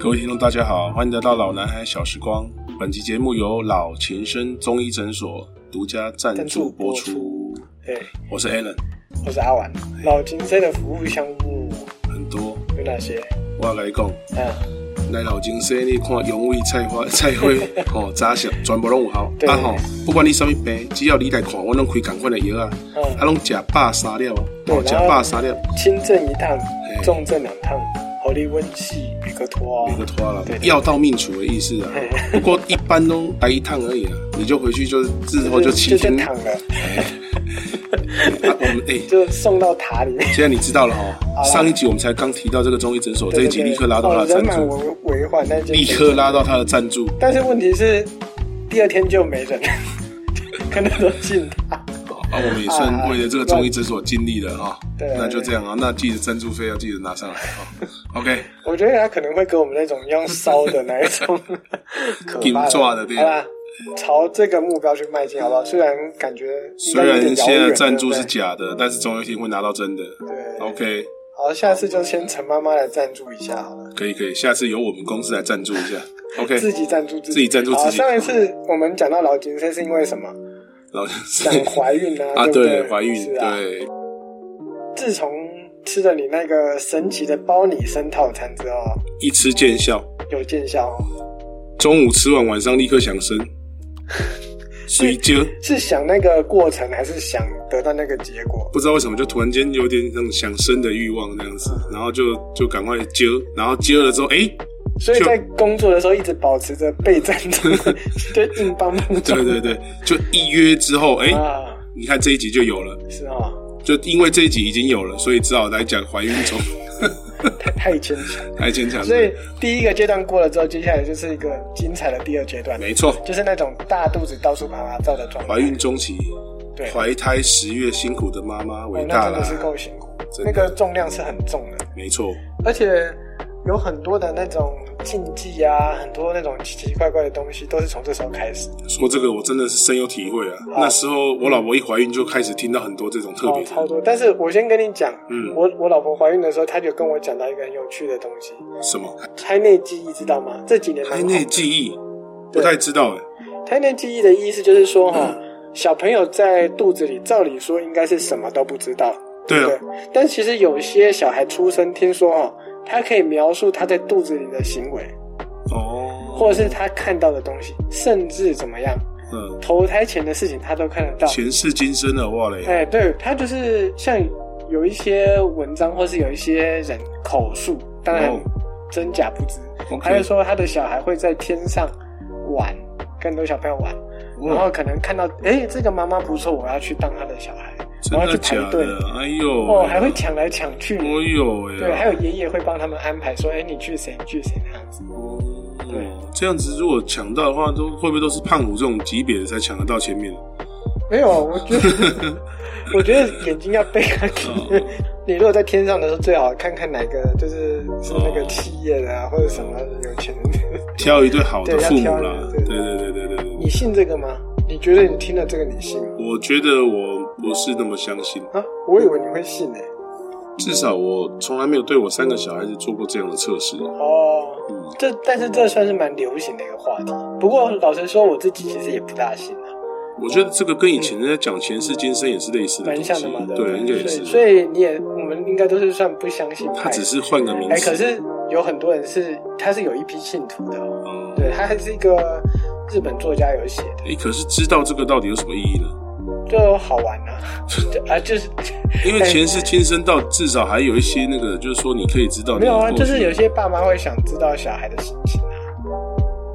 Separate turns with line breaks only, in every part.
各位听众，大家好，欢迎来到老男孩小时光。本期节目由老前生中医诊所独家赞助播
赞助
出。
对，
我是 Alan，
我哎是阿玩。老金生的服务项目
很多
有哪些？
我要来讲，
嗯，
来老金生你看永卫菜花菜 花哦，扎小全部拢有效。
对
啊吼，不管你什么病，只要你来看，我拢开同款的药啊，
嗯
啊拢食百三粒哦，
对
哦，食
然后
百三粒，
轻症一趟，
嘿
重症两趟，合力温系一个托
每个
啊。
拖了
对，对
药到命除的意思啊
嘿。
不过一般都来一趟而已啊，你就回去就是之后就
就
七
就
天。
躺了，
啊我们哎。
就送到 塔里面。
现在你知道了哈，
啦
上一集我们才刚提到这个中医诊所，这一集立刻拉到他
哦
的
人
赞
满
助，
为为患，那就
立刻拉到他的赞助。
但是问题是，第二天就没人， 可能都进塔。
啊，我们也算为了这个中医诊所尽力了哈。
对
那就这样啊，那记得赞助费要记得拿上来 哈。OK，
我觉得他可能会给我们那种用烧的那 一种可
金
怕
抓的对
好吧？朝这个目标去迈进，好不好？虽然感觉应
虽
该有
然
点遥
现在
远
赞助是
对
假的，但是总有一天会拿到真的。
不对对，
OK，
好，下次就先陈妈妈来赞助一下好了，
可以可以，下次由我们公司来赞助一 下。OK，
自己赞助自己，
自己赞助自己
好上一次我们讲到老金生是因为什 么？
老师
想怀孕啊，
啊，
对不
对，
对
怀孕
是啊。
对，
自从吃了你那个神奇的包你生套餐之后，
一吃见效，
有见效哦，
中午吃完晚上立刻想 生，水晶。
是想那个过程，还是想得到那个结果？
不知道为什么就突然间有点那种想生的欲望那样子，
嗯
然后就就赶快揪，然后揪了之后， 哎、
所以
就
在工作的时候一直保持着被赞 助，就硬邦邦。
对对对，就一约之后，哎、
啊，
你看这一集就有了，
是哦，
就因为这一集已经有了，所以只好来讲怀孕中
太太牵强。
太牵强了，
所以第一个阶段过了之后，接下来就是一个精彩的第二阶段，
没错，
就是那种大肚子到处爬爬照的状态。
怀孕中期，
对，
怀胎十月辛苦的妈妈
哦
伟
那
大
真
啦
的，是够辛苦，
真的
那个重量是很重的，
没错，
而且有很多的那种禁忌啊，很多那种奇奇怪怪的东西都是从这时候开始。
说这个我真的是深有体会啊，那时候我老婆一怀孕就开始听到很多这种特
哦
别，的，
超多！但是我先跟你讲，
嗯
我我老婆怀孕的时候，她就跟我讲到一个很有趣的东西，
什么
胎内记忆，知道吗？这几年蛮
胎
红
内记忆，不
对
太知道哎、
胎内记忆的意思就是说，哈、
嗯
小朋友在肚子里，照理说应该是什么都不知道，
对啊
对。但其实有些小孩出生，听说哈、他可以描述他在肚子里的行为，
哦，
或者是他看到的东西，甚至怎么样，
嗯。
投胎前的事情他都看得到。
前世今生的哇嘞，
哎，对他就是像有一些文章，或是有一些人口述，当然
哦
真假不知。
OK
还有说他的小孩会在天上玩，跟很多小朋友玩，
哇
然后可能看到哎、这个妈妈不错，我要去当她的小孩，
真
然后
的
去
假
排队，
的？哎呦，
哦，还会抢来抢去。
哎呦哎呀，
对，还有爷爷会帮他们安排说，哎、你去谁，你去谁那样子。对
哦，这样子如果抢到的话，都会不会都是胖虎这种级别的才抢得到前 面？
没有，我觉得， 我觉得眼睛要背开。
哦
你如果在天上的时候，最好看看哪个就是是那个企业的啊，或者什么有钱人。
挑一对好的
对要
父母
挑
啦，
对
对对对对对对。
你信这个吗？你觉得你听了这个你信吗？
我觉得我不是那么相信，
啊，我以为你会信呢、
至少我从来没有对我三个小孩子做过这样的测试。
哦，
嗯，
这但是这算是蛮流行的一个话题。不过老实说，我自己其实也不大信啊，
我觉得这个跟以前人家讲前世今生也是类似的
蛮
东
像的嘛，
西，
对不
对，应该
对？
也
所以
是。
所以你也，我们应该都是算不相信派的。
他只是换个名
哎，可
字，
是有很多人是，他是有一批信徒的、哦。
嗯
对，他还是一个日本作家有写的，
哎，可是知道这个到底有什么意义呢？
就好玩啊，就啊就是
因为前
哎
世今生到至少还有一些那个，就是说你可以知道你
没有啊，
过去
就是有些爸妈会想知道小孩的心情啊，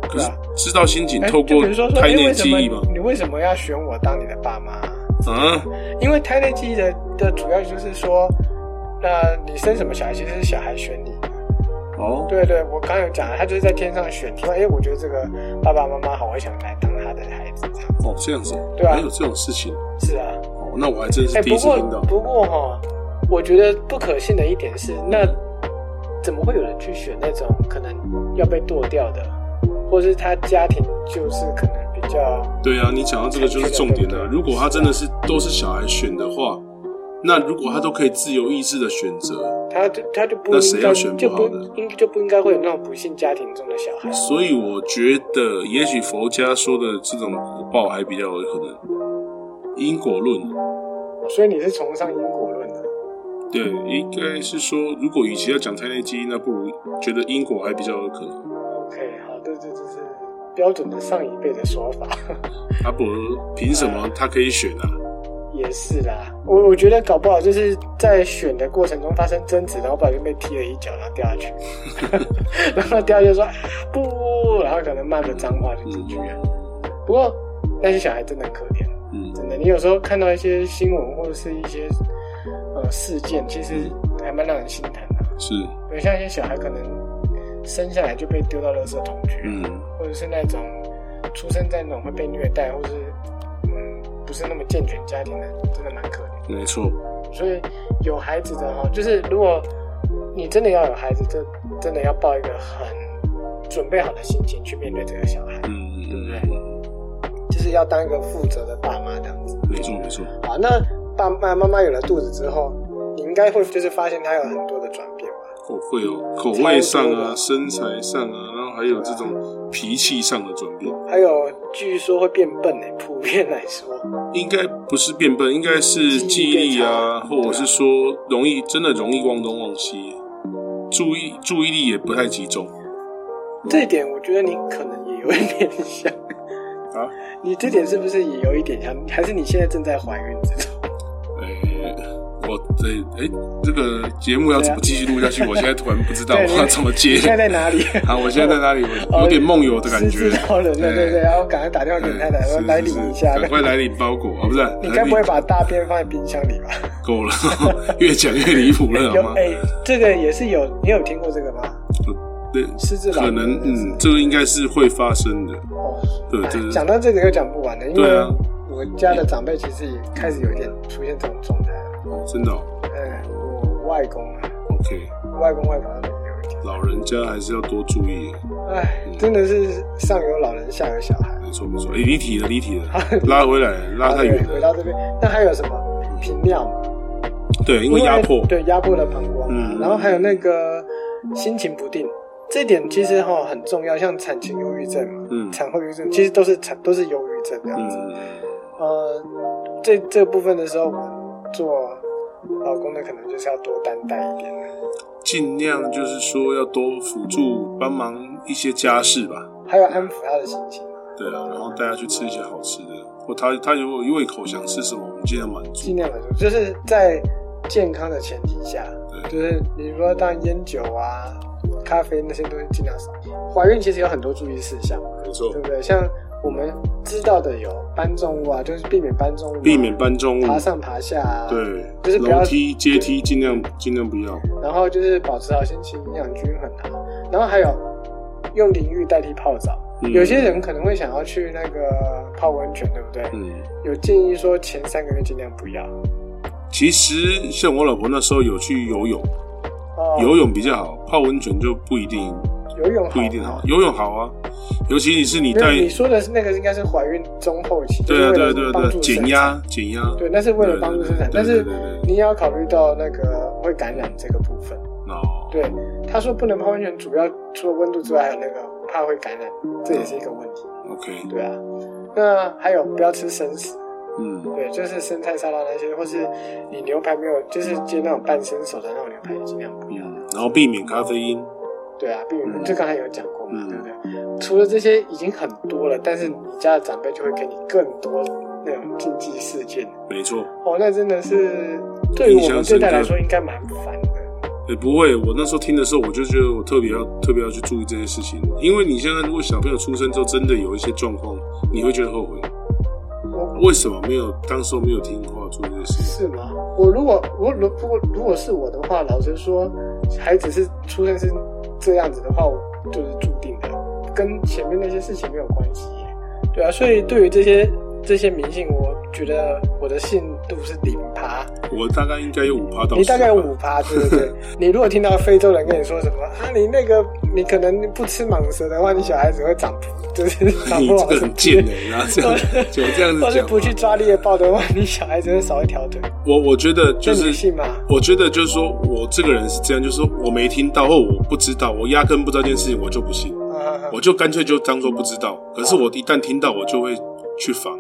可
对
是
啊，
知道心情
哎
透
就
过
比如说说，哎
胎内
为什
记
么
忆嘛，
你为什么要选我当你的爸妈啊？
啊，
因为胎内记忆的的主要就是说，呃，你生什么小孩，其实是小孩选你。
哦，
对对，我刚刚有讲啊了，他就是在天上选，说，哎，我觉得这个爸爸妈妈好，我想来当他的孩子，这样
哦，这样子，
对啊
还有这种事情，
是啊。
哦，那我还真
哎、
是第
不
一次
过
听到，
不过哈，我觉得不可信的一点是，那怎么会有人去选那种可能要被剁掉的，或是他家庭就是可能比较
对啊，你讲到这个就是重点
对
了
对。对
如果他真的是都是小孩选的话，那如果他都可以自由意志的选择，
他就他就不
那谁
应该
要选不
就
好
不
呢
应就不应该会有那种不幸家庭中的小孩。
所以我觉得，也许佛家说的这种果报还比较有可能，因果论。啊
所以你是崇尚因果论的，
对，应该是说，如果与其要讲胎内基因，那不如觉得因果还比较有可能。
OK，好，这这这是标准的上一辈的说法，
阿伯凭什么他可以选啊？
也是啦。我我觉得搞不好就是在选的过程中发生争执，然后不小心被踢了一脚，然后掉下去，然后掉下去就说啊不，然后可能骂个脏话就进去了。不过那些小孩真的很可怜，
嗯，
真的。你有时候看到一些新闻或者是一些呃事件，其实还蛮让人心疼的。啊
是，
有像一些小孩可能生下来就被丢到垃圾桶去，
嗯
或者是那种出生在那种会被虐待，或是嗯不是那么健全家庭的，真的蛮可怜。
没错，
所以有孩子的哈，就是如果你真的要有孩子，这真的要抱一个很准备好的心情去面对这个小孩，
嗯
对不对
嗯，
就是要当一个负责的爸妈这样子。
没错没错，
好，那爸妈妈妈有了肚子之后，你应该会就是发现他有很多的转变吧？
口会哦，口味上
超多
啊，
的
身材上啊，然后还有这种脾气上的转变，
还有据说会变笨呢、普遍来说，
应该不是变笨，应该是记忆力啊，
记忆力变差
或者是说容易真的容易忘东忘西，注意注意力也不太集中
这一点我觉得你可能也有一点像。
啊。
你这点是不是也有一点像？还是你现在正在怀孕之中？
诶，我这诶，这个节目要怎么继续录下去？我现在突然不知道
对
我要怎么接
你现在在哪里？
啊！我现在在哪里？我有点梦游的感觉
失智。老人了，对不对？
哎
然后赶快打电话给你太太，说
是
来
是
领
是
一下。
赶快来领包裹啊！不是，
你
来
该不会
领
把大便放在冰箱里吧？
够了？越讲越离谱了，好
有
吗？
哎，这个也是有，你有听过这个吗？
对，
失智老
可
人
能
的
嗯，这个应该是会发生的。
哦
对，
哎
这是
讲到这个又讲不完的，因为
对啊
我家的长辈其实也开始有一点出现这种状态了。
真的哦。
嗯，我外公啊，
OK，
外公外婆他们有一点，
老人家还是要多注意。
哎，
嗯
真的是上有老人，下有小孩。
没错没错，诶离题了离题了，拉回来拉太远
对
了。
回
嗯
到这边，那还有什么频尿嘛？
对，因为压迫。
对压迫了膀胱嘛，
嗯
然后还有那个心情不定，这点其实哈、很重要，像产前忧郁症嘛，
嗯
产后忧郁症其实都是产都是忧郁症这样子。
嗯，
呃，这这部分的时候，我们做老公的可能就是要多担待一点了。
尽量就是说要多辅助帮忙一些家事吧。
还有安抚他的心情，
对啊，然后带他去吃一些好吃的，或他他如果有胃口想吃什么，我们尽量满
尽
足。
量满足，就是在健康的前提下，
对，
就是你说当然烟酒啊、咖啡那些东西尽量少。怀孕其实有很多注意事项嘛，
没错
对，不对？像我们知道的有搬重物啊，就是避免搬重物啊、
避免搬重物，
爬上爬下、啊，。
对，
就是不要
楼梯阶梯尽量尽量不要。
然后就是保持好心情，营养均衡啊。然后还有用淋浴代替泡澡。
嗯
有些人可能会想要去那个泡温泉，对不对？
嗯，
有建议说前三个月尽量不要。
其实像我老婆那时候有去游泳，
哦，
游泳比较好，泡温泉就不一定
游泳好
不一定好。游泳好啊，尤其你是你
没有，
带
你说的是那个应该是怀孕中后期，
对啊
就是
对
为
啊
了
对啊
帮
对
助
啊，减
生
压
产，
减压，
对，那是为了帮助生产，
对
但
对对
是
对对对
你也要考虑到那个会感染这个部分。
哦，
对，他说不能泡温泉，主要除了温度之外，还有那个怕会感染，这也是一个问题。
，OK，
对啊，那还有不要吃生食，
嗯，
对，就是生菜沙拉那些，或是你牛排没有，就是煎那种半生熟的那种牛排，尽量不要。
然后避免咖啡因，
对啊，避免
嗯
就刚才有讲过嘛，
嗯
对不对？除了这些已经很多了，但是你家的长辈就会给你更多那种禁忌事件，
没错。
哦，那真的是对于我们这代来说应该蛮烦的。
也、不会，我那时候听的时候，我就觉得我特别要特别要去注意这些事情，因为你现在如果小朋友出生之后真的有一些状况，你会觉得后悔，
我
为什么没有当时候没有听话做这些事情？
是吗？我如果我如如果如果是我的话，老实说，孩子是出生是这样子的话，我就是注定的，跟前面那些事情没有关系耶。对啊，所以对于这些这些迷信，我觉得我的信度是零趴，
我大概应该有五趴到10%，
你大概五趴，对不 对？你如果听到非洲人跟你说什么啊，你那个你可能不吃蟒蛇的话，你小孩子会长就是 长
你
不
这
好
个
什
很
么
贱的，然后这样就这 样子
或是
讲
不去
嘛。
抓猎豹的话，你小孩子会少一条腿，
我我觉得就
那你
是
信吗？
我觉得就是说我这个人是这样，就是说我没听到或我不知道，我压根不知道这件事情，我就不信，
啊，
我就干脆就当做不知道。可是我一旦听到，我就会去防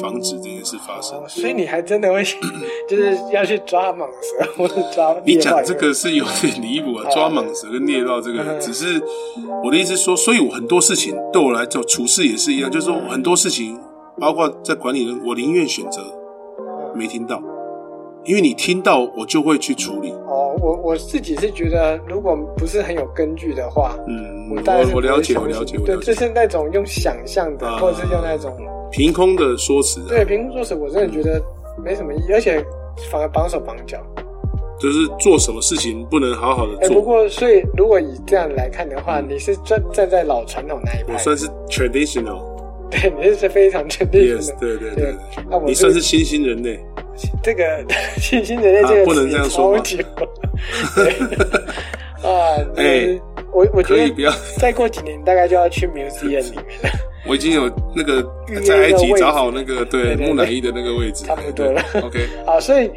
防止这件事发生。
所以你还真的会 就是要去抓蟒蛇 或者抓猎豹？
你讲这个是有点离谱啊，
好
抓蟒蛇跟猎豹这个，
嗯
只是我的意思是说，所以我很多事情对我来讲，处事也是一样，就是说很多事情，包括在管理人，我宁愿选择
嗯
没听到，因为你听到我就会去处理。
哦，我我自己是觉得，如果不是很有根据的话，
嗯，
大概是
我
不
我
会
了解，
相
我
信
了解，我
对，
了
就
解。
是那种用想象的，
啊
或者是用那种
凭空的说辞啊，
对凭空说辞，我真的觉得没什么意义，而且反而绑手绑脚。
就是做什么事情不能好好的
哎，不
做。嗯
过所以如果以这样来看的话，你是站站在老传统那一
我
派，
算是 traditional，yes，
对，你是非常确定的。
对对对，
那我
你
这
算
个
是新兴人类。
这个 信心人类这
啊
个
不能
词
这样说
超
吗
久对 啊，
哎
我我觉
可以
得
不要，
再过几年大概就要去 museum 里面了，
我已经有那个
预约
在埃及
的位
找
置
好那个对
对对对
木乃伊的那个位置，
差不多了
对 OK，
啊，所以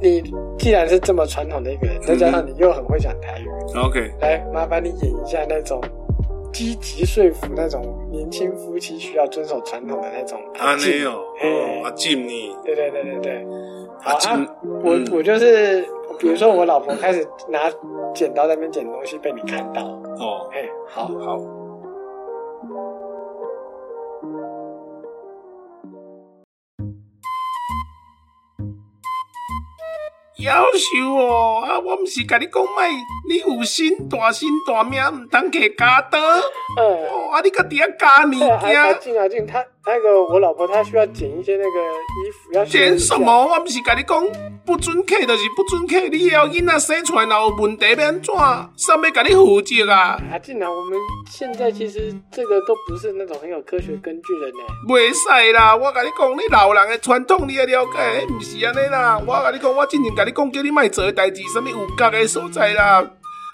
你既然是这么传统的一个人，再加上你又很会讲台语，
OK，
来麻烦你演一下那种积极说服那种年轻夫妻需要遵守传统的那种
阿
静
内哦，
嘿
阿进你，
对对对对对，好
阿进
啊，我
嗯
我就是，比如说我老婆开始拿剪刀在那边剪东西，被你看到，
哦，
哎，好，
好，夭寿哦！啊，我唔是甲你讲卖，你有心大心大命，唔当给家当
嗯。
哦！啊，你个底下加物
对 啊，阿
件，
静阿静，她那个我老婆她需要剪一些那个衣服，要修一
捡
下
什？么？我唔是甲你讲，不准客就是不准客，你以后囡仔生出来若有问题要安怎？上要甲你负责啊？
阿静啊，我们现在其实这个都不是那种很有科学根据的呢。
袂使啦，我甲你讲，你老人的传统你也了解，迄毋是安尼啦。我甲你讲，我之前甲你讲，叫你莫做的代志，什物有角的所在啦，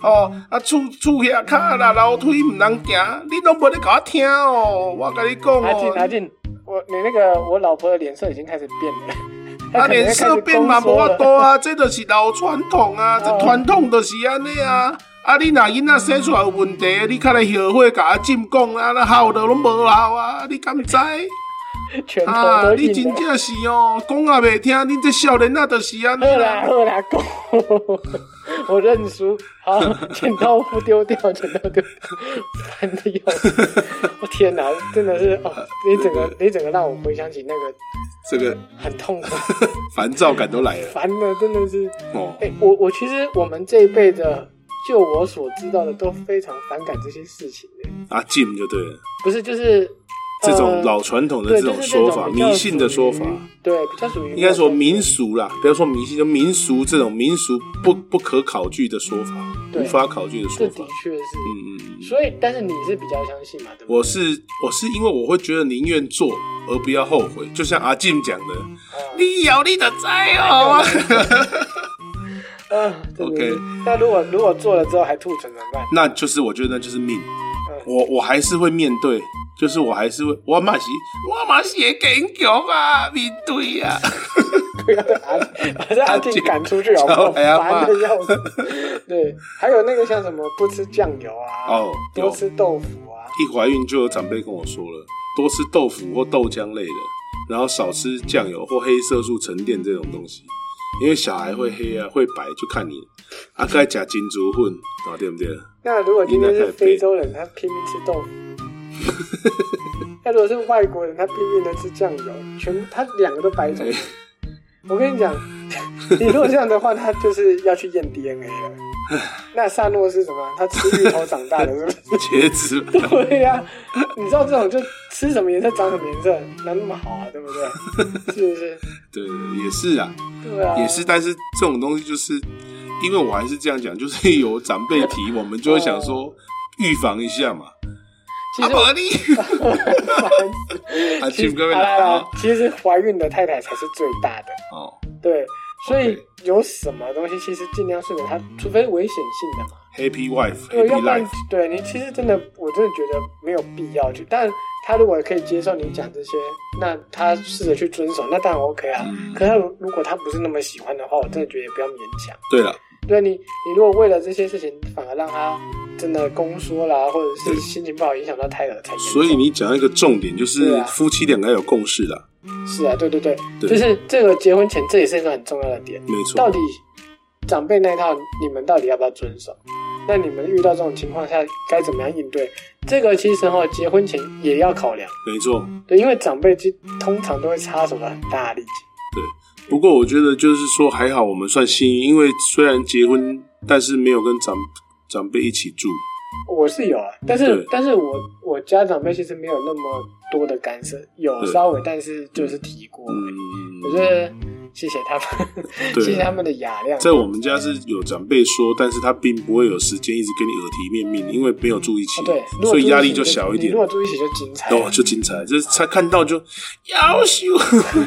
哦，啊厝厝遐骹啦，楼梯毋通行，你拢无咧甲我听哦。我甲你讲
阿静阿
哦，
静，啊我你那个我老婆的脸色已经开始变了，她
啊
可能
脸色
开始
变
宫
嘛
缩
无法
了
度啊， 这就是老传统啊，这
哦
传统就是安尼啊。啊，你若囡仔生出来有问题，你较来后悔，甲我进讲啊，那孝都拢无孝啊，你敢知？
拳头
啊
都，
你
硬
真
了。
正是哦，讲也袂听，你这少年啊，就是安尼
饿啦
啦。
饿啦，够！我认输。好，剪刀不丢掉，剪刀丢掉，烦的 要死！我天哪，真的是哦，你整个你整个让我回想起那个
这个
很痛苦。
烦躁感都来了
烦的，真的是。
哦。
哎、我我其实我们这一辈的，就我所知道的，都非常反感这些事情的。
啊，进就对了，
不是，就是
这种
呃
老传统的
对
这种
就是
说法，
比较
迷信的说法
属，于嗯对，比较属于
应该说民俗啦，不要说迷信，就民俗这种民俗不不可考据的说法，
对
无法考据的
这
说法
的。确是。
嗯嗯嗯，
所以，但是你是比较相信嘛？对不对？
我是我是因为我会觉得宁愿做而不要后悔，就像阿进讲的，
啊
你有你的灾哦。
嗯、真的是
OK
那如果如果做了之后还吐成怎么 办？
那就是我觉得那就是命
嗯，
我我还是会面对，就是我还是会，我嘛是，我嘛是会坚强啊，面对啊。
不要把把这阿静赶出去好不好？
哎呀妈
烦的要死。对，还有那个像什么不吃酱油啊，
哦
多吃豆腐啊，
一怀孕就有长辈跟我说了，多吃豆腐或豆浆类的，然后少吃酱油或黑色素沉淀这种东西，因为小孩会黑啊，会白，就看你啊，该加金珠混啊，对不对？
那如果今天是非洲人，他拼命吃豆 腐；那如果是外国人，他拼命的吃酱油，全他两个都白种
哎。
我 跟你讲，你如果这样的话，他就是要去验 DNA 了。那萨诺是什么？他吃芋头长大的，是不是？
茄子，
对呀、你知道这种就吃什么颜色长什么颜色，哪那么好啊？对不 对？是不是？
对，也是啊。
对啊，
也是，但是这种东西就是，因为我还是这样讲，就是有长辈提，我们就会想说预防一下嘛。
其
啊，
实
无你 啊，
其
请
实
各位
啊 来
来
啦
啊，
其实怀孕的太太才是最大的，
哦，
对，所以
OK
有什么东西其实尽量顺着它，除非危险性的嘛，
，Happy
对，要
wife，Happy
不然
life，
对你其实真的，我真的觉得没有必要去。但他如果可以接受你讲这些，那他试着去遵守，那当然 OK 啊。
嗯
可是他如如果他不是那么喜欢的话，我真的觉得也不要勉强。
对了，
对你，你如果为了这些事情反而让他真的宫缩啦，或者是
对
心情不好，影响到胎儿才严重。
所以你讲一个重点，就
对
是
啊
夫妻两个要有共识啦，
是啊，对对对，
对
就是这个结婚前，这也是一个很重要的点。
没
到
错，
底长辈那一套，你们到底要不要遵守？那你们遇到这种情况下该怎么样应对？这个其实哈、结婚前也要考量，
没错。
对，因为长辈其通常都会插手的很大力。
不过我觉得就是说还好，我们算幸运，因为虽然结婚，但是没有跟长长辈一起住。
我是有啊，但是
对
但是我我家长辈其实没有那么多的干涉，有
对
稍微，但是就是提过，我
嗯，
觉得谢谢他们， 谢谢
对啊
他。们的雅量。
在我们家是有长辈说，但是他并不会有时间一直跟你耳提面命，因为没有住一起，
哦对，如果
所以
住
压
起
力就小一
你
点
如。果住一起就精彩了，
哦，就精彩，就是他看到就要修，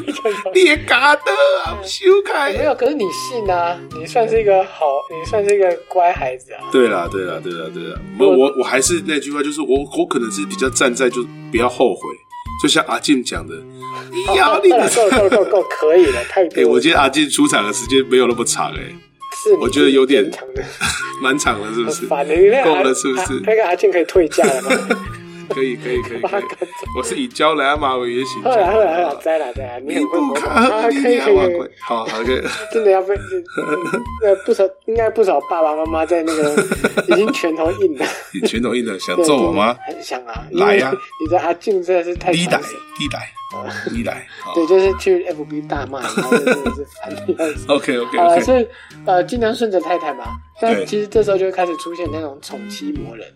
你也嘎的啊，修
哎没
开。
有，可是你信啊，你算是一个好，你算是一个乖孩子啊。
对啦，对啦，对啦，对啦。我我我还是那句话，就是我我可能是比较站在就是不要后悔，就像阿进讲的，你要你的
够够够够可以了，太
哎、
多了。
我觉得阿进出场的时间没有那么长、哎，
是你
我觉得有点
正常的，
蛮长了，是不是
很？ 烦的。你那个
够
阿
了是不是
啊那个阿健可以退价 了吗？
可以，可以，可以，可
八
以
个。字
我是以教莱阿马为原型。
后来后来后来，再来再来，你
你
很会
不
模仿
卡，
啊，
你
可以
你
可
阿
以
马
可
鬼
以，，
好好个，
真的要被呃不少，应该不少爸爸妈妈在 那个已经拳头硬了。
你拳头硬了，想
对
揍我吗？？
很想啊，
来呀
因为你的阿静真的是太
你来
烦死了，啊
你来，你来。好
对，就是去 FB 大骂，然后真的是烦的要死。
OK，OK，OK，、
好了，所以呃，尽量顺着太太嘛。但
对
其实这时候就会开始出现那种宠妻魔人。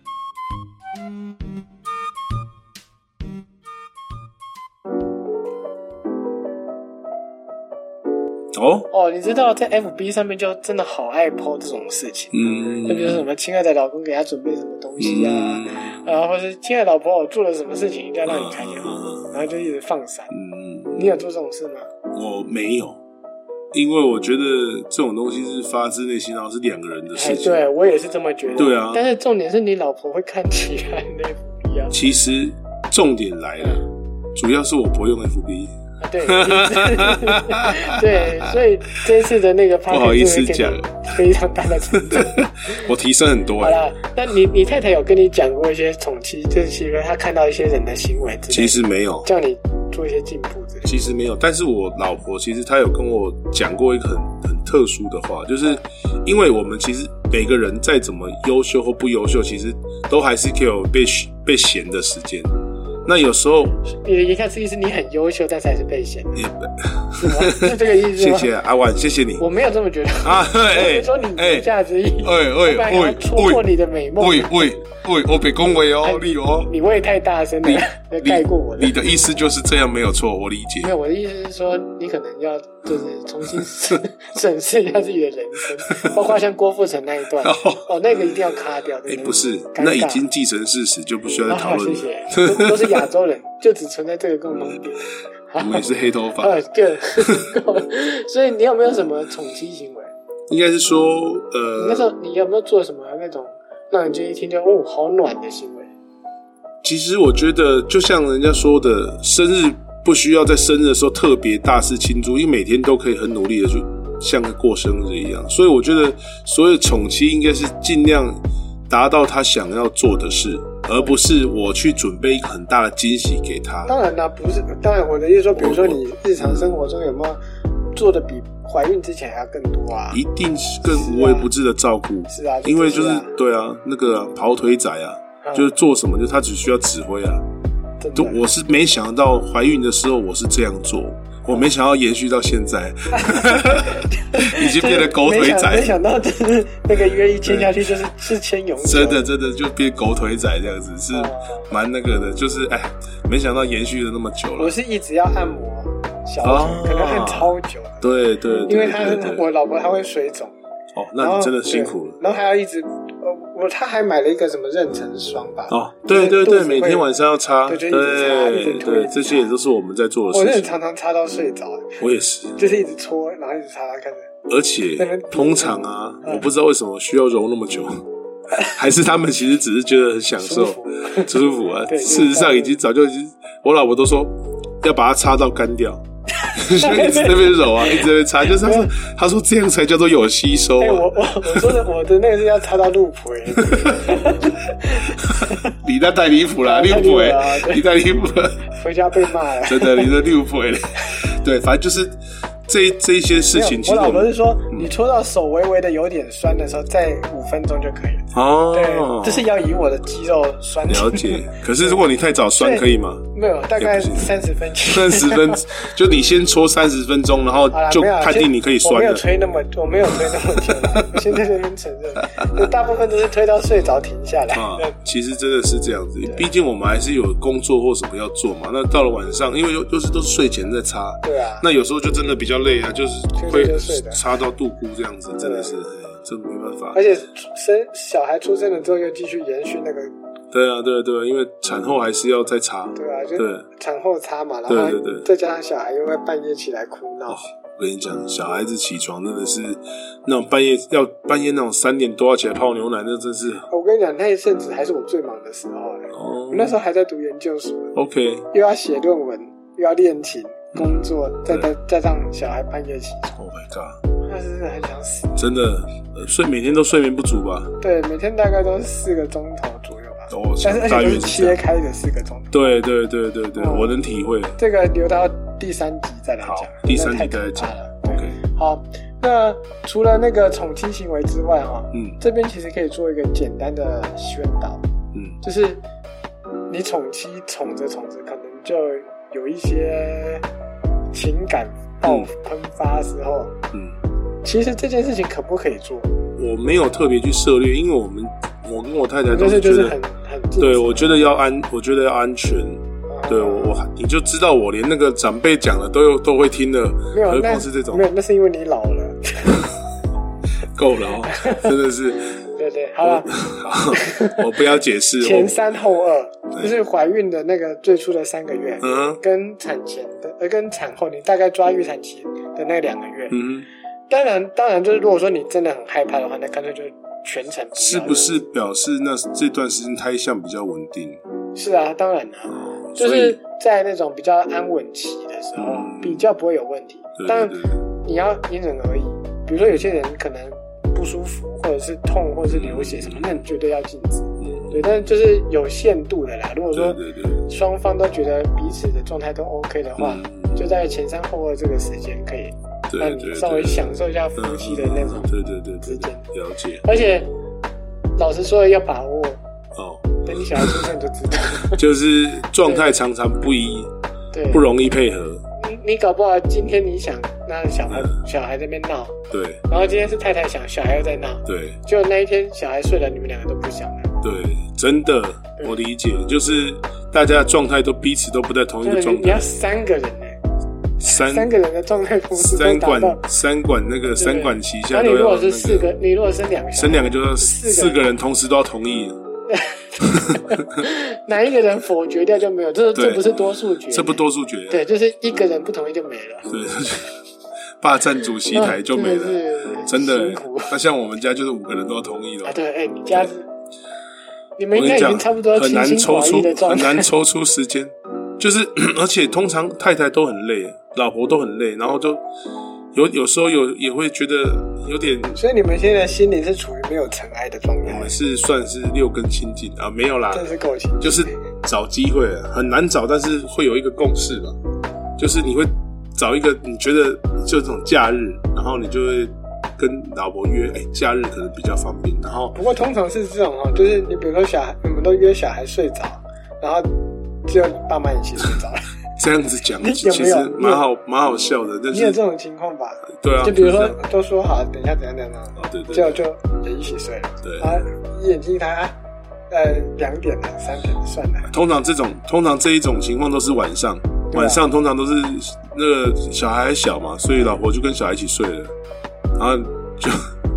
哦，
哦，你知道在 FB 上面就真的好爱 PO 这种事情，
嗯
特别是什么亲爱的老公给他准备什么东西啊，
嗯
然后或是亲爱的老婆我做了什么事情一定要让你看见，
嗯
然后就一直放闪。
嗯，
你有做这种事吗？
我没有，因为我觉得这种东西是发自内心，然后是两个人的
哎，
事情。
对我也是这么觉得。
对啊
但是重点是你老婆会看起来那 FB 啊。
其实重点来了，主要是我不会用 FB。
啊 对，对，所以这次的那个 p
不好意思讲
非常大的成就。
我提升很多
好
哎、
啦，那你你太太有跟你讲过一些宠妻，就是因为她看到一些人的行为之类的，
其实没有，
叫你做一些进步之类的。
其实没有。但是我老婆其实她有跟我讲过一个很很特殊的话，就是因为我们其实每个人再怎么优秀或不优秀，其实都还是可以有被被闲的时间。那有 时候
你的言下之意是你很优秀，但是还是被嫌，
也
是吗？是这个意思
谢
吗？
谢阿婉，谢谢你
啊我没有这么觉得。
啊！
我
哎
是说你言下之意，
哎
不然
哎
要
哎
戳破你的美梦。哎
喂喂喂，我被恭维哦，你哦，
你胃太大声 了，那盖过我
你
的。
的意思就是这样没有错，我理解
没。有，我的意思是说，你可能要就是重新审视一下自己的人 生，包括像郭富城那一段，哦，那个一定要卡掉。
哎、
真的
不是
尴，尬
那已经既成事实，就不需要再讨
啊，
论
谢
了。
谢，都都是亚 洲人，就只存在这个共同点。
我们也是黑 头发，
啊，对，所以你有没有什么宠妻行为？
应该是说，
你那时
呃，
候你有没有做什么那种让人就一听就哦好暖的行为？
其实我觉得，就像人家说的，生日不需要在生日的时候特别大肆庆祝，因为每天都可以很努力的去像个过生日一样。所以我觉得，所有宠妻应该是尽量达到他想要做的事，而不是我去准备一个很大的惊喜给他。
当然啦，不是，当然我的意思说，比如说你日常生活中有没有做的比怀孕之前还要更多啊？
一定是更无微不至的照顾，
是啊，
因为就
这
是
样
对啊，那个啊跑腿仔啊，
嗯
就是做什么，就他只需要指挥啊。
真的
就我是没想到怀孕的时候我是这样做，我没想到延续到现 在，已经变得狗腿
就是没
仔，
想没想 到就是那个约一签下去就是是签永久，
真的真的就变狗腿仔这样子，是
嗯
蛮那个的，就是哎，没想到延续了那么久
我
了。
是一直要按摩小
哦
腿，可能按超久了，
对对
因
对
为她
对对，
我老婆她会水肿，
哦，
然
那
后
你真的辛苦了。
对然后还要一直呃，我他还买了一个什么妊娠霜吧？
哦，对对
肚
对，
子
每天
会
晚上要擦，
对
对
就一直擦一直推一
对，
直
这些也都是我们在做的
我真
事
的
情。
常常擦到睡着，欸
我也是，
就是一直搓，然后一直擦，看着。
而且
那边
通常啊，
嗯
我不知道为什么需要揉那么久，还是他们其实只是觉得很享受
舒服、
舒服啊。
对
事实上，已经早就已经，我老婆都说要把它擦到干掉。 就一直在那边揉 啊，一直在那边擦，就是她说，她说这样才叫做有吸收
哎、我
啊。
我我说的我的那个是要擦到路谱哎，
你那太离谱了，
太
六
离谱
倍
了啊，对
你太离谱 了。
回家被骂了。
真的，你这六倍了。对，反正就是这 这些事情，
没
其实
有我老
我
婆
们
是说，你搓到手微微的有点酸的时候，再五分钟就可以了。
哦
对，，就是要以我的肌肉酸度
了解。可是如果你太早酸，
对
可以吗？
没有，大概
对不起
三十分 钟。
三十分，就你先搓三十分钟，然后
好啦
就
没有啦
判
先
定你可以
我
酸
没有
了。
推那么，我没有推那么久，我 先在这边承认，我 大部分都是推到睡着停下来。
啊，其实真的是这样子，毕竟我们还是有工作或什么要做嘛。那到了晚上，因为又又是都是睡前在擦，
对啊，
那有时候就真的比较累啊，就是会
睡就睡的
擦到肚咕这样子，真的是，哎真没办法
而。且生小孩出生了之后又继续延续那个，
对啊，对啊，对啊，因为产后还是要再擦。
对啊，就
对，
产后擦嘛，然
对对
后
对哦
再加上小孩又会半夜起来哭闹，
我跟你讲，小孩子起床真的是那种半夜要半夜那种三点多要起来泡牛奶，那真是
我跟你讲，那一阵子还是我最忙的时候、哎
哦
我。那时候还在读研究所，
OK，
又要写论文，又要练琴，工作，
嗯
再再再让小孩半夜起床，
Oh my god！
那真的很想死。
真的，呃睡每天都睡眠不足吧？
对，每天大概都是四个钟头左右吧，
哦，
但是而
大
且
约
都是
是这
切
样。
开的四个钟头。
对对对对对，
嗯
我能体会。
这个留到第三集再来
好
讲，
第三集
那太
再来
可怕
讲
了。对
OK，
好，那除了那个宠妻行为之外，哈，
嗯
这边其实可以做一个简单的宣导，
嗯，
就是你宠妻宠着宠着，可能就有一些情感爆喷发的时候，
嗯，
其实这件事情可不可以做？
我没有特别去涉猎，因为我们我跟我太太都
就是
是
就
觉
是
得
很，很嗯
对我觉得要安，我觉得要安全。
得
对我我你就知道我连那个长辈讲的都有都会听了，
没有
何
那
况是这种
没有那是因为你老了，
够了哦，真的是。
对对，好了。
好，我不要解释。
前
我
三后二，就是怀孕的那个最初的三个月，
嗯
跟产前的呃跟产后，你大概抓预产期的那两个月。
嗯，
当然，当然就是如果说你真的很害怕的话，那干脆就全程不要
是不？是表示那这段时间胎象比较稳定？
是啊，当然啊，
哦
就
所以
是在那种比较安稳期的时候，
嗯
比较不会有问题。
对
当
对对，
然
对
你要因人而异，比如说有些人可能不舒服，或者是痛，或者是流血什么，那你绝对要禁止。对，但是就是有限度的啦。如果说
嗯对对对，
双方都觉得彼此的状态都 OK 的话，
嗯
就在前三后二这个时间可以让
对对
你
对，
稍微享受一下夫妻的那种
嗯。对对对对
之间
对，了解
而且老实说，要把握，
哦，
等你小孩出生你就知 道。
就是状态常常不一，
对，
不容易配合。
你你搞不好今天你想，那小孩小孩在那边闹，
对
然后今天是太太想，小孩又在闹，
对
就那一天小孩睡了，你们两个都不想了，
对，真的，我理解，就是大家的状态都彼此都不在同一
就
个
是你
状
你要
态，
三个人呢、
三
三个人的状态同时都
三
达
管
到。
三管那个
对
三管齐下
然后
都
你如
要
果
那
是四个，你如果生两个小孩，
生两个就是
四
四
个嗯
个人同时都要同意，
哪一个人否决掉就没有，这这
对
不是多数决，
这不多数决。
对，就是一个人不同意就没了，
对，霸占主席台就没了，
了
真的
辛
欸
苦。
那像我们家就是五个人都要同意了
啊！。对，哎，你家是你们
我
应
跟你
该已
讲
经差不多，
很
清
难
心
抽
寡
出
欲的状
很
态，
难抽出时间，就是 而且通常太太都很累，老婆都很累，然后都有有时候有也会觉得有点，
所以你们现在心里是处于没有尘埃的状
我
态
们，是算是六根清净啊，没有啦，
真是够清楚。
就是找机会啊很难找，但是会有一个共识吧，就是你会找一个你觉得就这种假日，然后你就会跟老婆约，哎、假日可能比较方便，然后
不过通常是这种哦，就是你比如说小孩，你们都约小孩睡着，然后只有你爸妈一起睡 着了，
这样子讲，
你有
其
没有
实蛮好蛮好笑的，但
你有
是
这种情况吧？
对啊，
就比如说
是这样
都说好等一下怎样怎样怎样，
哦对对
就
对
就也一起睡了，
对
然后眼睛一抬，啊呃，两点了，三点了，算了。
通常这种通常这一种情况都是晚上，
对啊
晚上通常都是那个小孩还小嘛，所以老婆就跟小孩一起睡了，然后就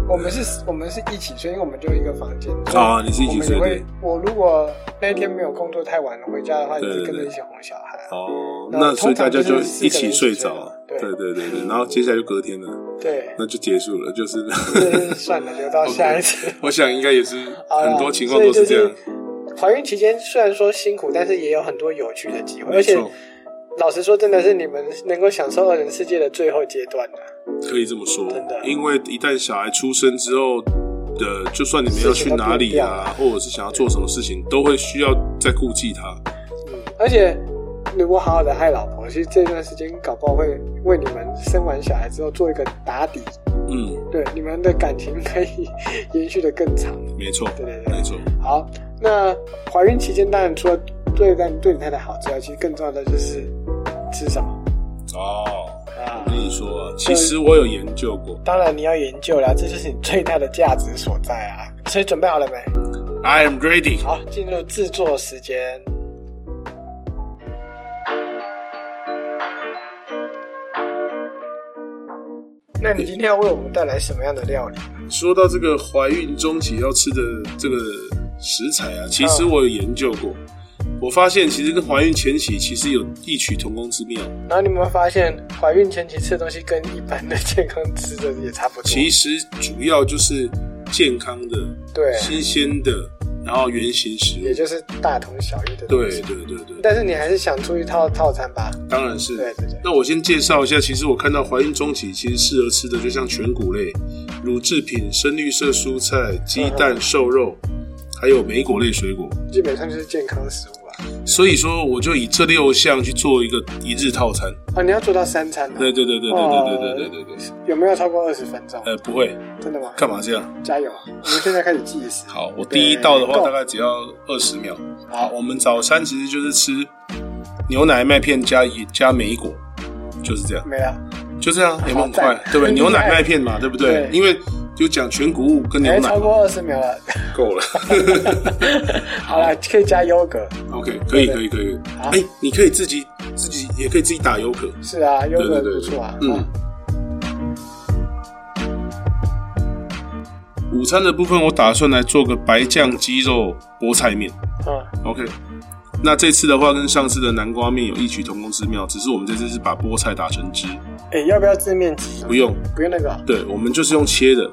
我们是，我们是一起睡，因为我们就一个房间。
啊你是一起睡
我们也
对
会，我如果那天没有工作太晚了，回家的话，就
对
是
对
跟着
对
一起哄小孩。
哦，
然后
那所以大家就
通常就是
一起睡着，
四个人一起睡
对对
嘛
对对，然后接下来就隔天了，
对，
那就结束了，就是
就是算了，留到下一次。
我想应该也是
好啦
很多情况都是这样，。
所以就是怀孕期间虽然说辛苦，但是也有很多有趣的机会，
没
而且
错，
老实说，真的是你们能够享受二人世界的最后阶段的、啊
可以这么说
真，的
因为一旦小孩出生之后。呃，就算你们要去哪里啊，或者是想要做什么事情，都会需要再顾忌他。
嗯，而且如果好好的爱老婆，其实这段时间搞不好会为你们生完小孩之后做一个打底，
嗯，
对你们的感情可以延续的更长。
没错，
对对对
没错，
好，那怀孕期间当然除了对待对你太太好之外，其实更重要的就是吃什么
哦。
啊
我跟你说啊，其实我有研究过，
当然你要研究啦，这就是你最大的价值所在啊。所以准备好了没？
I am ready。
好，进入制作时间。那你今天要为我们带来什么样的料理？
说到这个怀孕中期要吃的这个食材
嗯
啊，其实我有研究过，我发现其实跟怀孕前期其实有异曲同工之妙。
然后你有没有发现，怀孕前期吃的东西跟一般的健康吃的也差不多？
其实主要就是健康的、
对，
新鲜的，然后原形食
也
物。
就是大同小异的东
对
西。
对对对，
但是你还是想出一套套餐吧？
当然是。
对对对，
那我先介绍一下，其实我看到怀孕中期其实适合吃的，就像全谷类、乳制品、深绿色蔬菜、鸡
嗯
蛋、瘦肉，还有莓果类水果。
基本上就是健康食物啊。
所以说，我就以这六项去做一个一日套餐。
啊，你要做到三餐、啊？
对对对对对对对对对对对。
有没有超过二十分钟？
呃，不会，
真的吗？
干嘛这样？
加油！啊我们现在开始计时。
好，我第一道的话
够
大概只要二十秒。
好
我们早餐其实就是吃牛奶麦片加一加莓果，就是这样，
没了。
就这样，有没有很快
赞？
对不对？
很厉害
牛奶麦片嘛，对不对？
对
因为就讲全谷物跟牛
哎，
奶
超
嘛
过二十秒了，
够了。
好了，可以加优格。
OK，可以可以可以。
好
哎，你可以自己自己也可以自己打优可。
是啊，优
对
格
对对，
不错啊。
嗯
啊。
午餐的部分，我打算来做个白酱鸡肉菠菜面。
嗯，
OK，那这次的话跟上次的南瓜面有异曲同工之妙，只是我们这次是把菠菜打成汁，
哎，要不要字面级？
不用，
不用那个啊。
对我们就是用切的，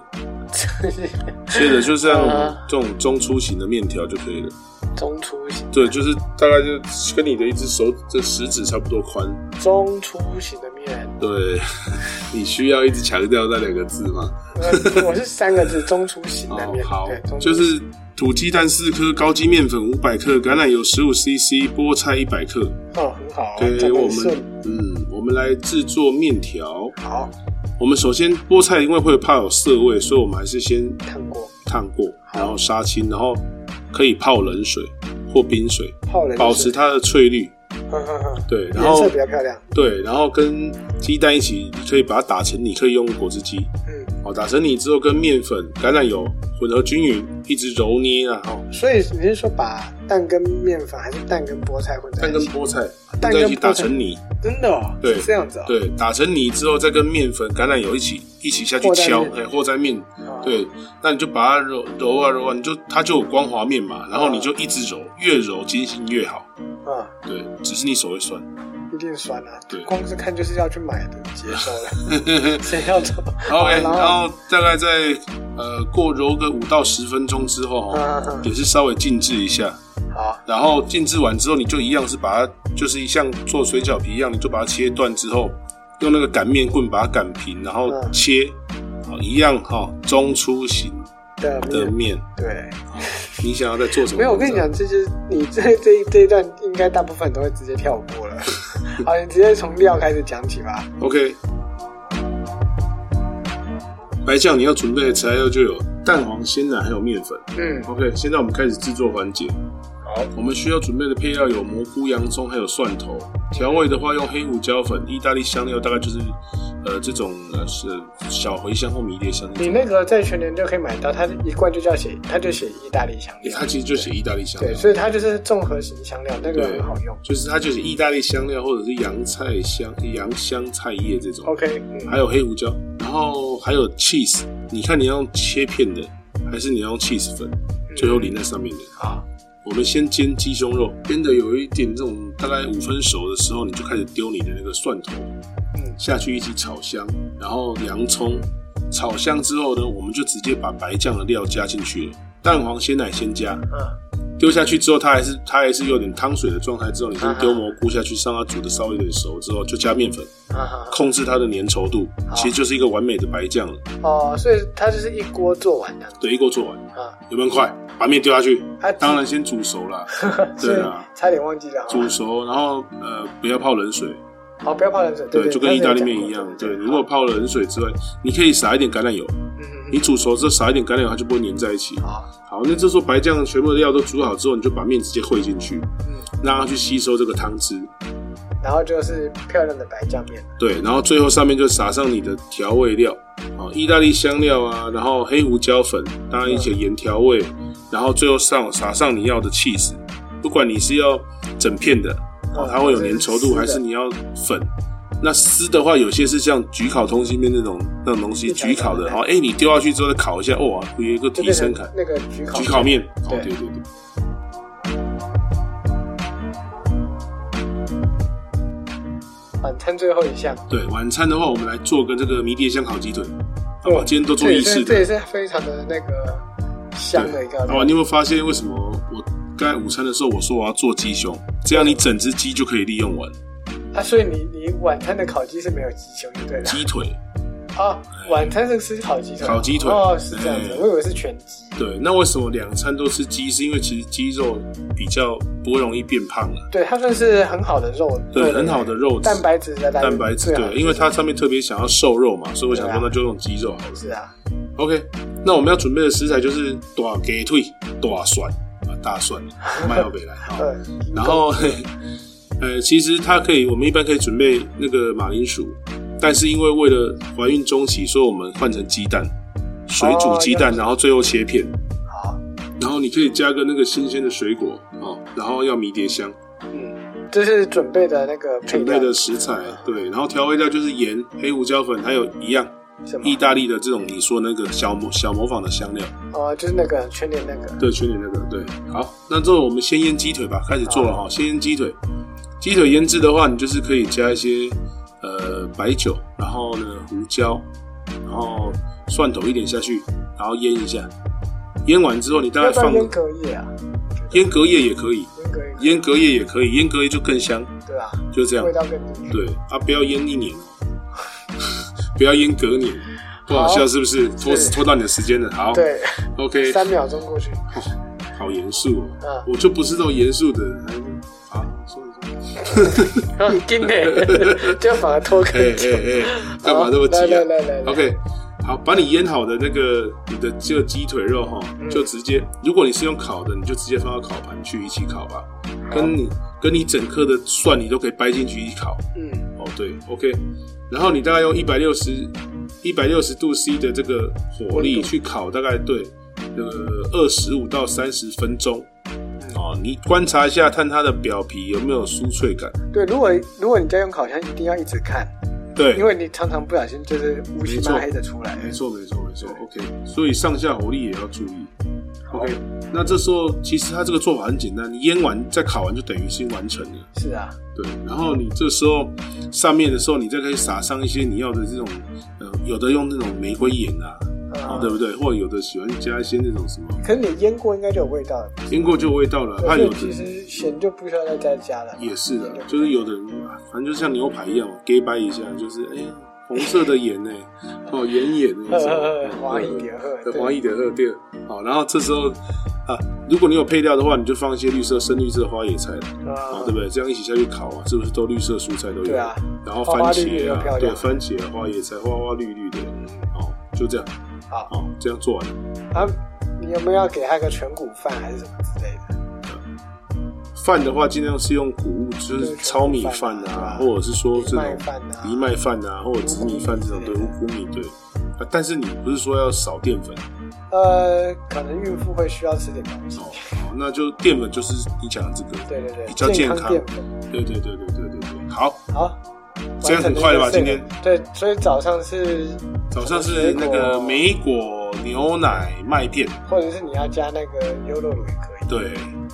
切的就像
啊
这种中粗型的面条就可以了。
中粗型，
对，就是大概就跟你的一只手这食指差不多宽。
中粗型的面，
对，你需要一直强调那两个字吗？哦
呃我是三个 字，中粗型的面。
好
对，中粗型
就是土鸡蛋四颗，高筋面粉五百克，橄榄油十五 CC，菠菜一百克。
嗯，很好啊，
给
讲得
我们
很顺。，
嗯，我们来制作面条。
好，
我们首先菠菜因为会怕有涩味，所以我们还是先
烫过，
烫过，然后杀青，然后可以泡冷水或冰水，
泡了
保持
它，
它的翠绿。
哼哼哼
对，然
嗯颜
后
色比较漂亮。
对，然后跟鸡蛋一起，你可以把它打成泥，可以用果汁机
嗯，
哦，打成泥之后跟面粉、橄榄油混合均匀，一直揉捏啊，哦，
所以你是说把蛋跟面粉，还是蛋跟菠菜混在
蛋
一
跟
起？
菠菜
啊蛋
混
跟
在一起打
菠菜
成泥，
真的哦，
对
是这样子哦。
对，打成泥之后再跟面粉、橄榄油一起一起下去
和在
敲，
面
哎，和在面
啊，
对，那你就把它揉揉啊揉啊，你就它就有光滑面嘛，然后你就一直揉，越揉筋性越好。
啊，
对，只是你手会酸。
一定酸啊！
对
光是看就是要去买的，接受了，谁要做
OK，
好
哎然后大概在呃过揉个五到十分钟之后
嗯
哦，
嗯
也是稍微静置一下，
嗯好，
然后静置完之后，你就一样是把它就是像做水饺皮一样，你就把它切断之后，用那个擀面棍把它擀平，然后
嗯
切，好一样哈、中粗型
的
的
面
面。
对，
你想要再做什么？
没有，我跟你讲，这就是你这这一这一段应该大部分都会直接跳过了。好，你直接从料开始讲起吧。
，OK。白酱你要准备的材料就有蛋黄、鲜奶还有面粉。
嗯，
OK，现在我们开始制作环节。好，我们需要准备的配料有蘑菇、洋葱还有蒜头。调味的话，用黑胡椒粉、意大利香料，大概就是呃这种呃是小茴香或迷迭香那
你
种，
那个在全年就可以买到，它一罐就叫写，它就写意大利香料
它，其实就写意大利香
对，
料，
所以它就是综合型香料，那个
对
很好用。
就是它就是意大利香料或者是洋菜香、洋香菜叶这种，
OK，嗯，
还有黑胡椒，然后还有 cheese，你看你要用切片的，还是你要用 cheese 粉，最后淋在上面的。
好，
我们先煎鸡胸肉，煎的有一点这种大概五分熟的时候，你就开始丢你的那个蒜头
嗯
下去一起炒香，然后洋葱炒香之后呢，我们就直接把白酱的料加进去了，蛋黄鲜奶先加，
嗯，
丢下去之后，它还是 它还是有点汤水的状态，之后你就丢蘑菇下去，让它煮的稍微有点熟之后，就加面粉，
啊哈，
控制它的粘稠度，
好
其实就是一个完美的白酱了。
哦，所以它就是一锅做完的
对，一锅做完，
啊，
有没有很快？把面丢下去，
它
当然先煮熟啦，
是
对啊，
差点忘记了，
煮熟，然后呃不要泡冷水，
好，不要泡冷水，
对，
对，
就跟意大利面一样，对。如果泡了冷水之外，你可以撒一点橄榄油，你
你
煮熟之后撒一点橄榄油，它就不会粘在一起。
嗯好，
好，那这时候白酱全部的料都煮好之后，你就把面直接烩进去，
嗯，
让它去吸收这个汤汁。
然后就是漂亮的白酱面，
对，然后最后上面就撒上你的调味料，哦，意大利香料啊，然后黑胡椒粉，当然一些盐调味，然后最后上撒上你要的 cheese，不管你是要整片的，哦，它会有粘稠度，还是你要粉。那丝的话，有些是像焗烤通心面那种那种东西，焗烤的，好，哎、你丢下去之后再烤一下，哇，有一个
就
提
变
升
成
感。
那个焗烤
焗烤面，哦，
对
对对对。
晚餐最后一项，
对，晚餐的话，我们来做个这个迷迭香烤鸡腿，好吧
哦，
今天都做
这也
意式
是
的哦
这。也是非常的那个香的一个料理，
好吧，你有没有发现为什么我刚才午餐的时候我说我要做鸡胸，这样你整只鸡就可以利用完
啊，所以你你晚餐的烤鸡是没有鸡胸就对了
鸡 腿。
啊，晚餐是吃烤鸡腿，
烤鸡腿
哦，是这样子
哎，
我以为是全鸡，
对，那为什么两餐都吃鸡？是因为其实鸡肉比较不会容易变胖啊，
对，它算是很好的肉，
对，很好的肉质，
蛋白质的来源
蛋白质，
最好
对，因为它上面特别想要瘦肉嘛，所以我想
对
说
啊
那就用鸡肉好了。
是啊，
OK，那我们要准备的食材就是大鸡腿、大蒜啊，大蒜，卖到北来 啊。
嗯，
然后， 嘿呃，其实它可以，我们一般可以准备那个马铃薯，但是因为为了怀孕中期，所以我们换成鸡蛋，水哦煮鸡蛋，然后最后切片，
好，
然后你可以加个那个新鲜的水果哦，然后要迷迭香，
嗯，这是准备的那个配
准
料
备的食材，对，然后调味料就是盐、黑胡椒粉，还有一样
什么
意大利的这种你说那个小模小模仿的香料，
哦，就是那个全脸那个，
对，全脸那个，对，好，那之后我们先腌鸡腿吧，开始做了哈、先腌鸡腿，鸡腿腌制的话，你就是可以加一些呃白酒，然后呢胡椒，然后蒜头一点下去，然后腌一下，腌完之后你大概
要不要
放
腌隔夜啊？
腌隔夜也可以，
腌隔夜，
腌隔夜也可以，腌隔夜就更香，
对吧？
就这样
味，道更进去。
对啊，不要腌一年，不要腌隔年，不好笑
好
是不是？拖
是
拖到你的时间了，好
对，
，OK，
三秒钟过去，
好严肃哦。
嗯，
我就不是那种严肃的人， 还啊，说一说，
然后今 天就反而拖
哎
更久。
哎哎，干嘛那么急
好来
啊
来来来来
？OK，好，把你腌好的那个你的这个鸡腿肉哈，
嗯
就直接，如果你是用烤的，你就直接放到烤盘去一起烤吧，跟你跟你整颗的蒜你都可以掰进去一起烤。
嗯，
哦，对，OK，然后你大概用一百六十一百六十度 C 的这个火力
温度
去烤，大概对，呃，二十五到三十分钟。
嗯
哦，你观察一下，看它的表皮有没有酥脆感。
对，如果如果你家用烤箱，一定要一直看，
对，
因为你常常不小心就是乌漆
没错
嘛黑的出来。
没错，没错，没错。OK，所以上下火力也要注意。OK，那
哦
这时候其实它这个做法很简单，你腌完再烤完就等于已经完成了。
是啊，
对，然后你这时候上面的时候，你再可以撒上一些你要的这种，呃，有的用那种玫瑰盐啊，
嗯
对不对？或者有的喜欢加一些那种什么
可是你腌过应该就有味道了，
腌过就有味道了，怕
所
啊有
以
的
其实咸就不需要再加加了。
也是的，就是有的人啊反正就像牛排一样嘛，给掰一下，就是哎、红色的盐呢、哦盐盐
呵
那
呵
种
呵，，华裔点呵，
对
对
黄一点二对，好，然后这时候啊，如果你有配料的话，你就放一些绿色深绿色的花野菜了，啊，
啊
对不对？这样一起下去烤啊，是不是都绿色蔬菜都有？
对啊，
然后番
花花绿绿
茄
又
啊，
漂
对，
亮
番茄啊，花椰菜，花花绿绿的，哦，就这样，
好
哦，这样做完了。
啊，你有没有要给他个全谷饭还是什么之类的？
饭的话，尽量是用谷物，就是糙米饭啊，或者是说这
藜麦饭
种
啊
藜麦饭啊，或者紫米饭这种，对，
对
五谷米对。啊，但是你不是说要少淀粉
呃，可能孕妇会需要吃点东西
哦。？好那就淀粉就是你讲的这个，
对对对，
比较健康
康淀粉。
对对对对对对对。好，
好，
这样很快了吧？今天
对，所以早上是
早上是那个
梅，
梅果牛奶麦店，
或者是你要加那个优酪乳也可以。
对，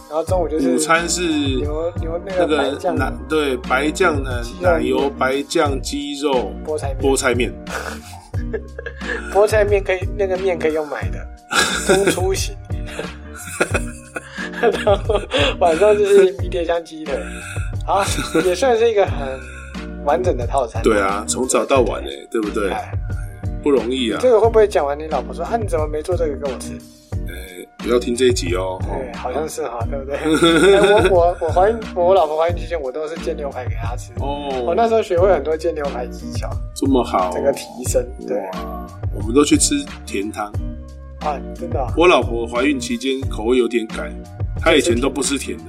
然后中午就是
午餐是
牛牛那
那
个
个
白酱
奶对白酱呢，
鸡肉
奶油白酱鸡肉
菠
菠，菜
菜面
面，
菠菜面可以那个面可以用 买的，中粗型。 然后晚上就是迷迭香鸡腿， 好，也算是一个很完整的套餐。
对啊，从早到晚哎，对不对？
哎，
不容易啊
这，个会不会讲完你老婆说啊你怎么没做这个给我吃？
哎，不要听这一集哦。
对，好像是哈，对不对？哎我我我怀孕，我老婆怀孕期间，我都是煎牛排给她吃。我
哦，
那时候学会很多煎牛排技巧，
这么好，
整个提升。
哦
对
哇，我们都去吃甜汤。
啊，真的啊、
我老婆怀孕期间口味有点改，她以前都不吃甜的，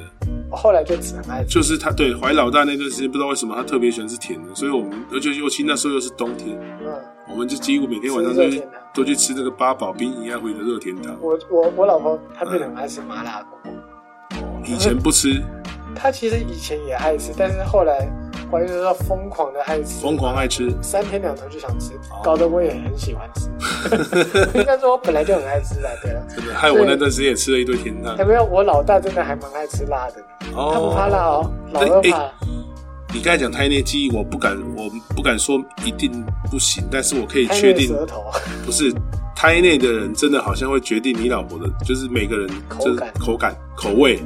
我后来就只能爱吃。
就是她对怀老大那段时间，不知道为什么她特别喜欢吃甜的，所以我们而且尤其那时候又是冬天，
嗯，
我们就几乎每天晚上
吃
都
热
去
甜的
都去吃那个八宝冰一样回的热甜汤。
我我我老婆她变得很爱吃麻辣锅，哦
以前不吃，
她其实以前也爱吃，但是后来怀孕的时候疯狂的爱吃，
疯狂爱哦吃，
三天两头就想吃，搞得我也很喜欢 吃。应该说我本来就很爱吃啦，对了。
真的害我那段时间也吃了一堆甜汤
有。没有？我老大真的还蛮爱吃辣的，他不怕辣哦，老二
对
怕。
哎你刚才讲胎内记忆，我不敢，我不敢说一定不行，但是我可以
拍
确
那个
定，
舌头，
不是胎内的人真的好像会决定你老婆的，就是每个人
口
就是
感
口感、口味，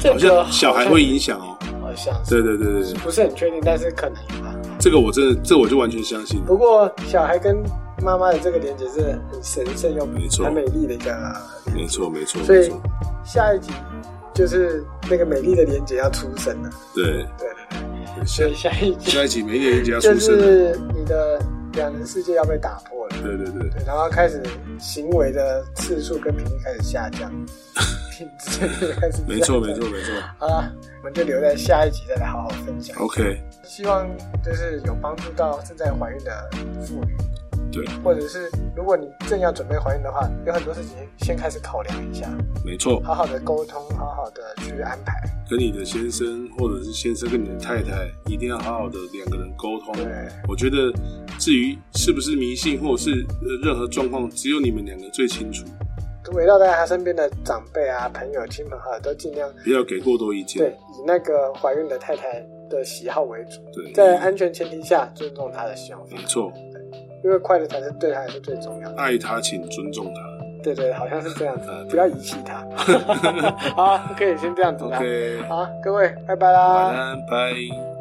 这
好
个
像小孩会影响哦。
好像是
对对对对，对
不是很确定，但是可能有吧。
这个我真的，这我就完全相信。
不过小孩跟妈妈的这个连接是很神圣又
没错
很美丽的一个连结
没错，没错，
所
没
以
错，
下一集就是那个美丽的连接要出生了，
对。
对对对，所
下
以下一集
下一集美点人家出
就
生了，
是你的两人世界要被打破了。
对对对，
对，然后开始行为的次数跟频率开始 下降，品质开始下降
没错没错。没错。
好了，我们就留在下一集再来好好分享。
OK，
希望就是有帮助到正在怀孕的妇女，
对，
或者是如果你正要准备怀孕的话，有很多事情先开始考量一下，
没错，
好好的沟通，好好的去安排。
跟你的先生或者是先生跟你的太太，一定要好好的两个人沟通。
对，
我觉得，至于是不是迷信，或者是呃任何状况，只有你们两个最清楚，
围绕在她身边的长辈啊、朋友、亲朋好友都尽量
不要给过多意见
对。以那个怀孕的太太的喜好为主，
对，
在安全前提下尊重她的想法
没，错，
因为快乐才是对她来说最重要的。
爱他请尊重他。
对对，好像是这样子
嗯，
不要遗弃她。 好，可以先这样子啦。
OK，
好，各位，拜拜啦。
晚安，拜。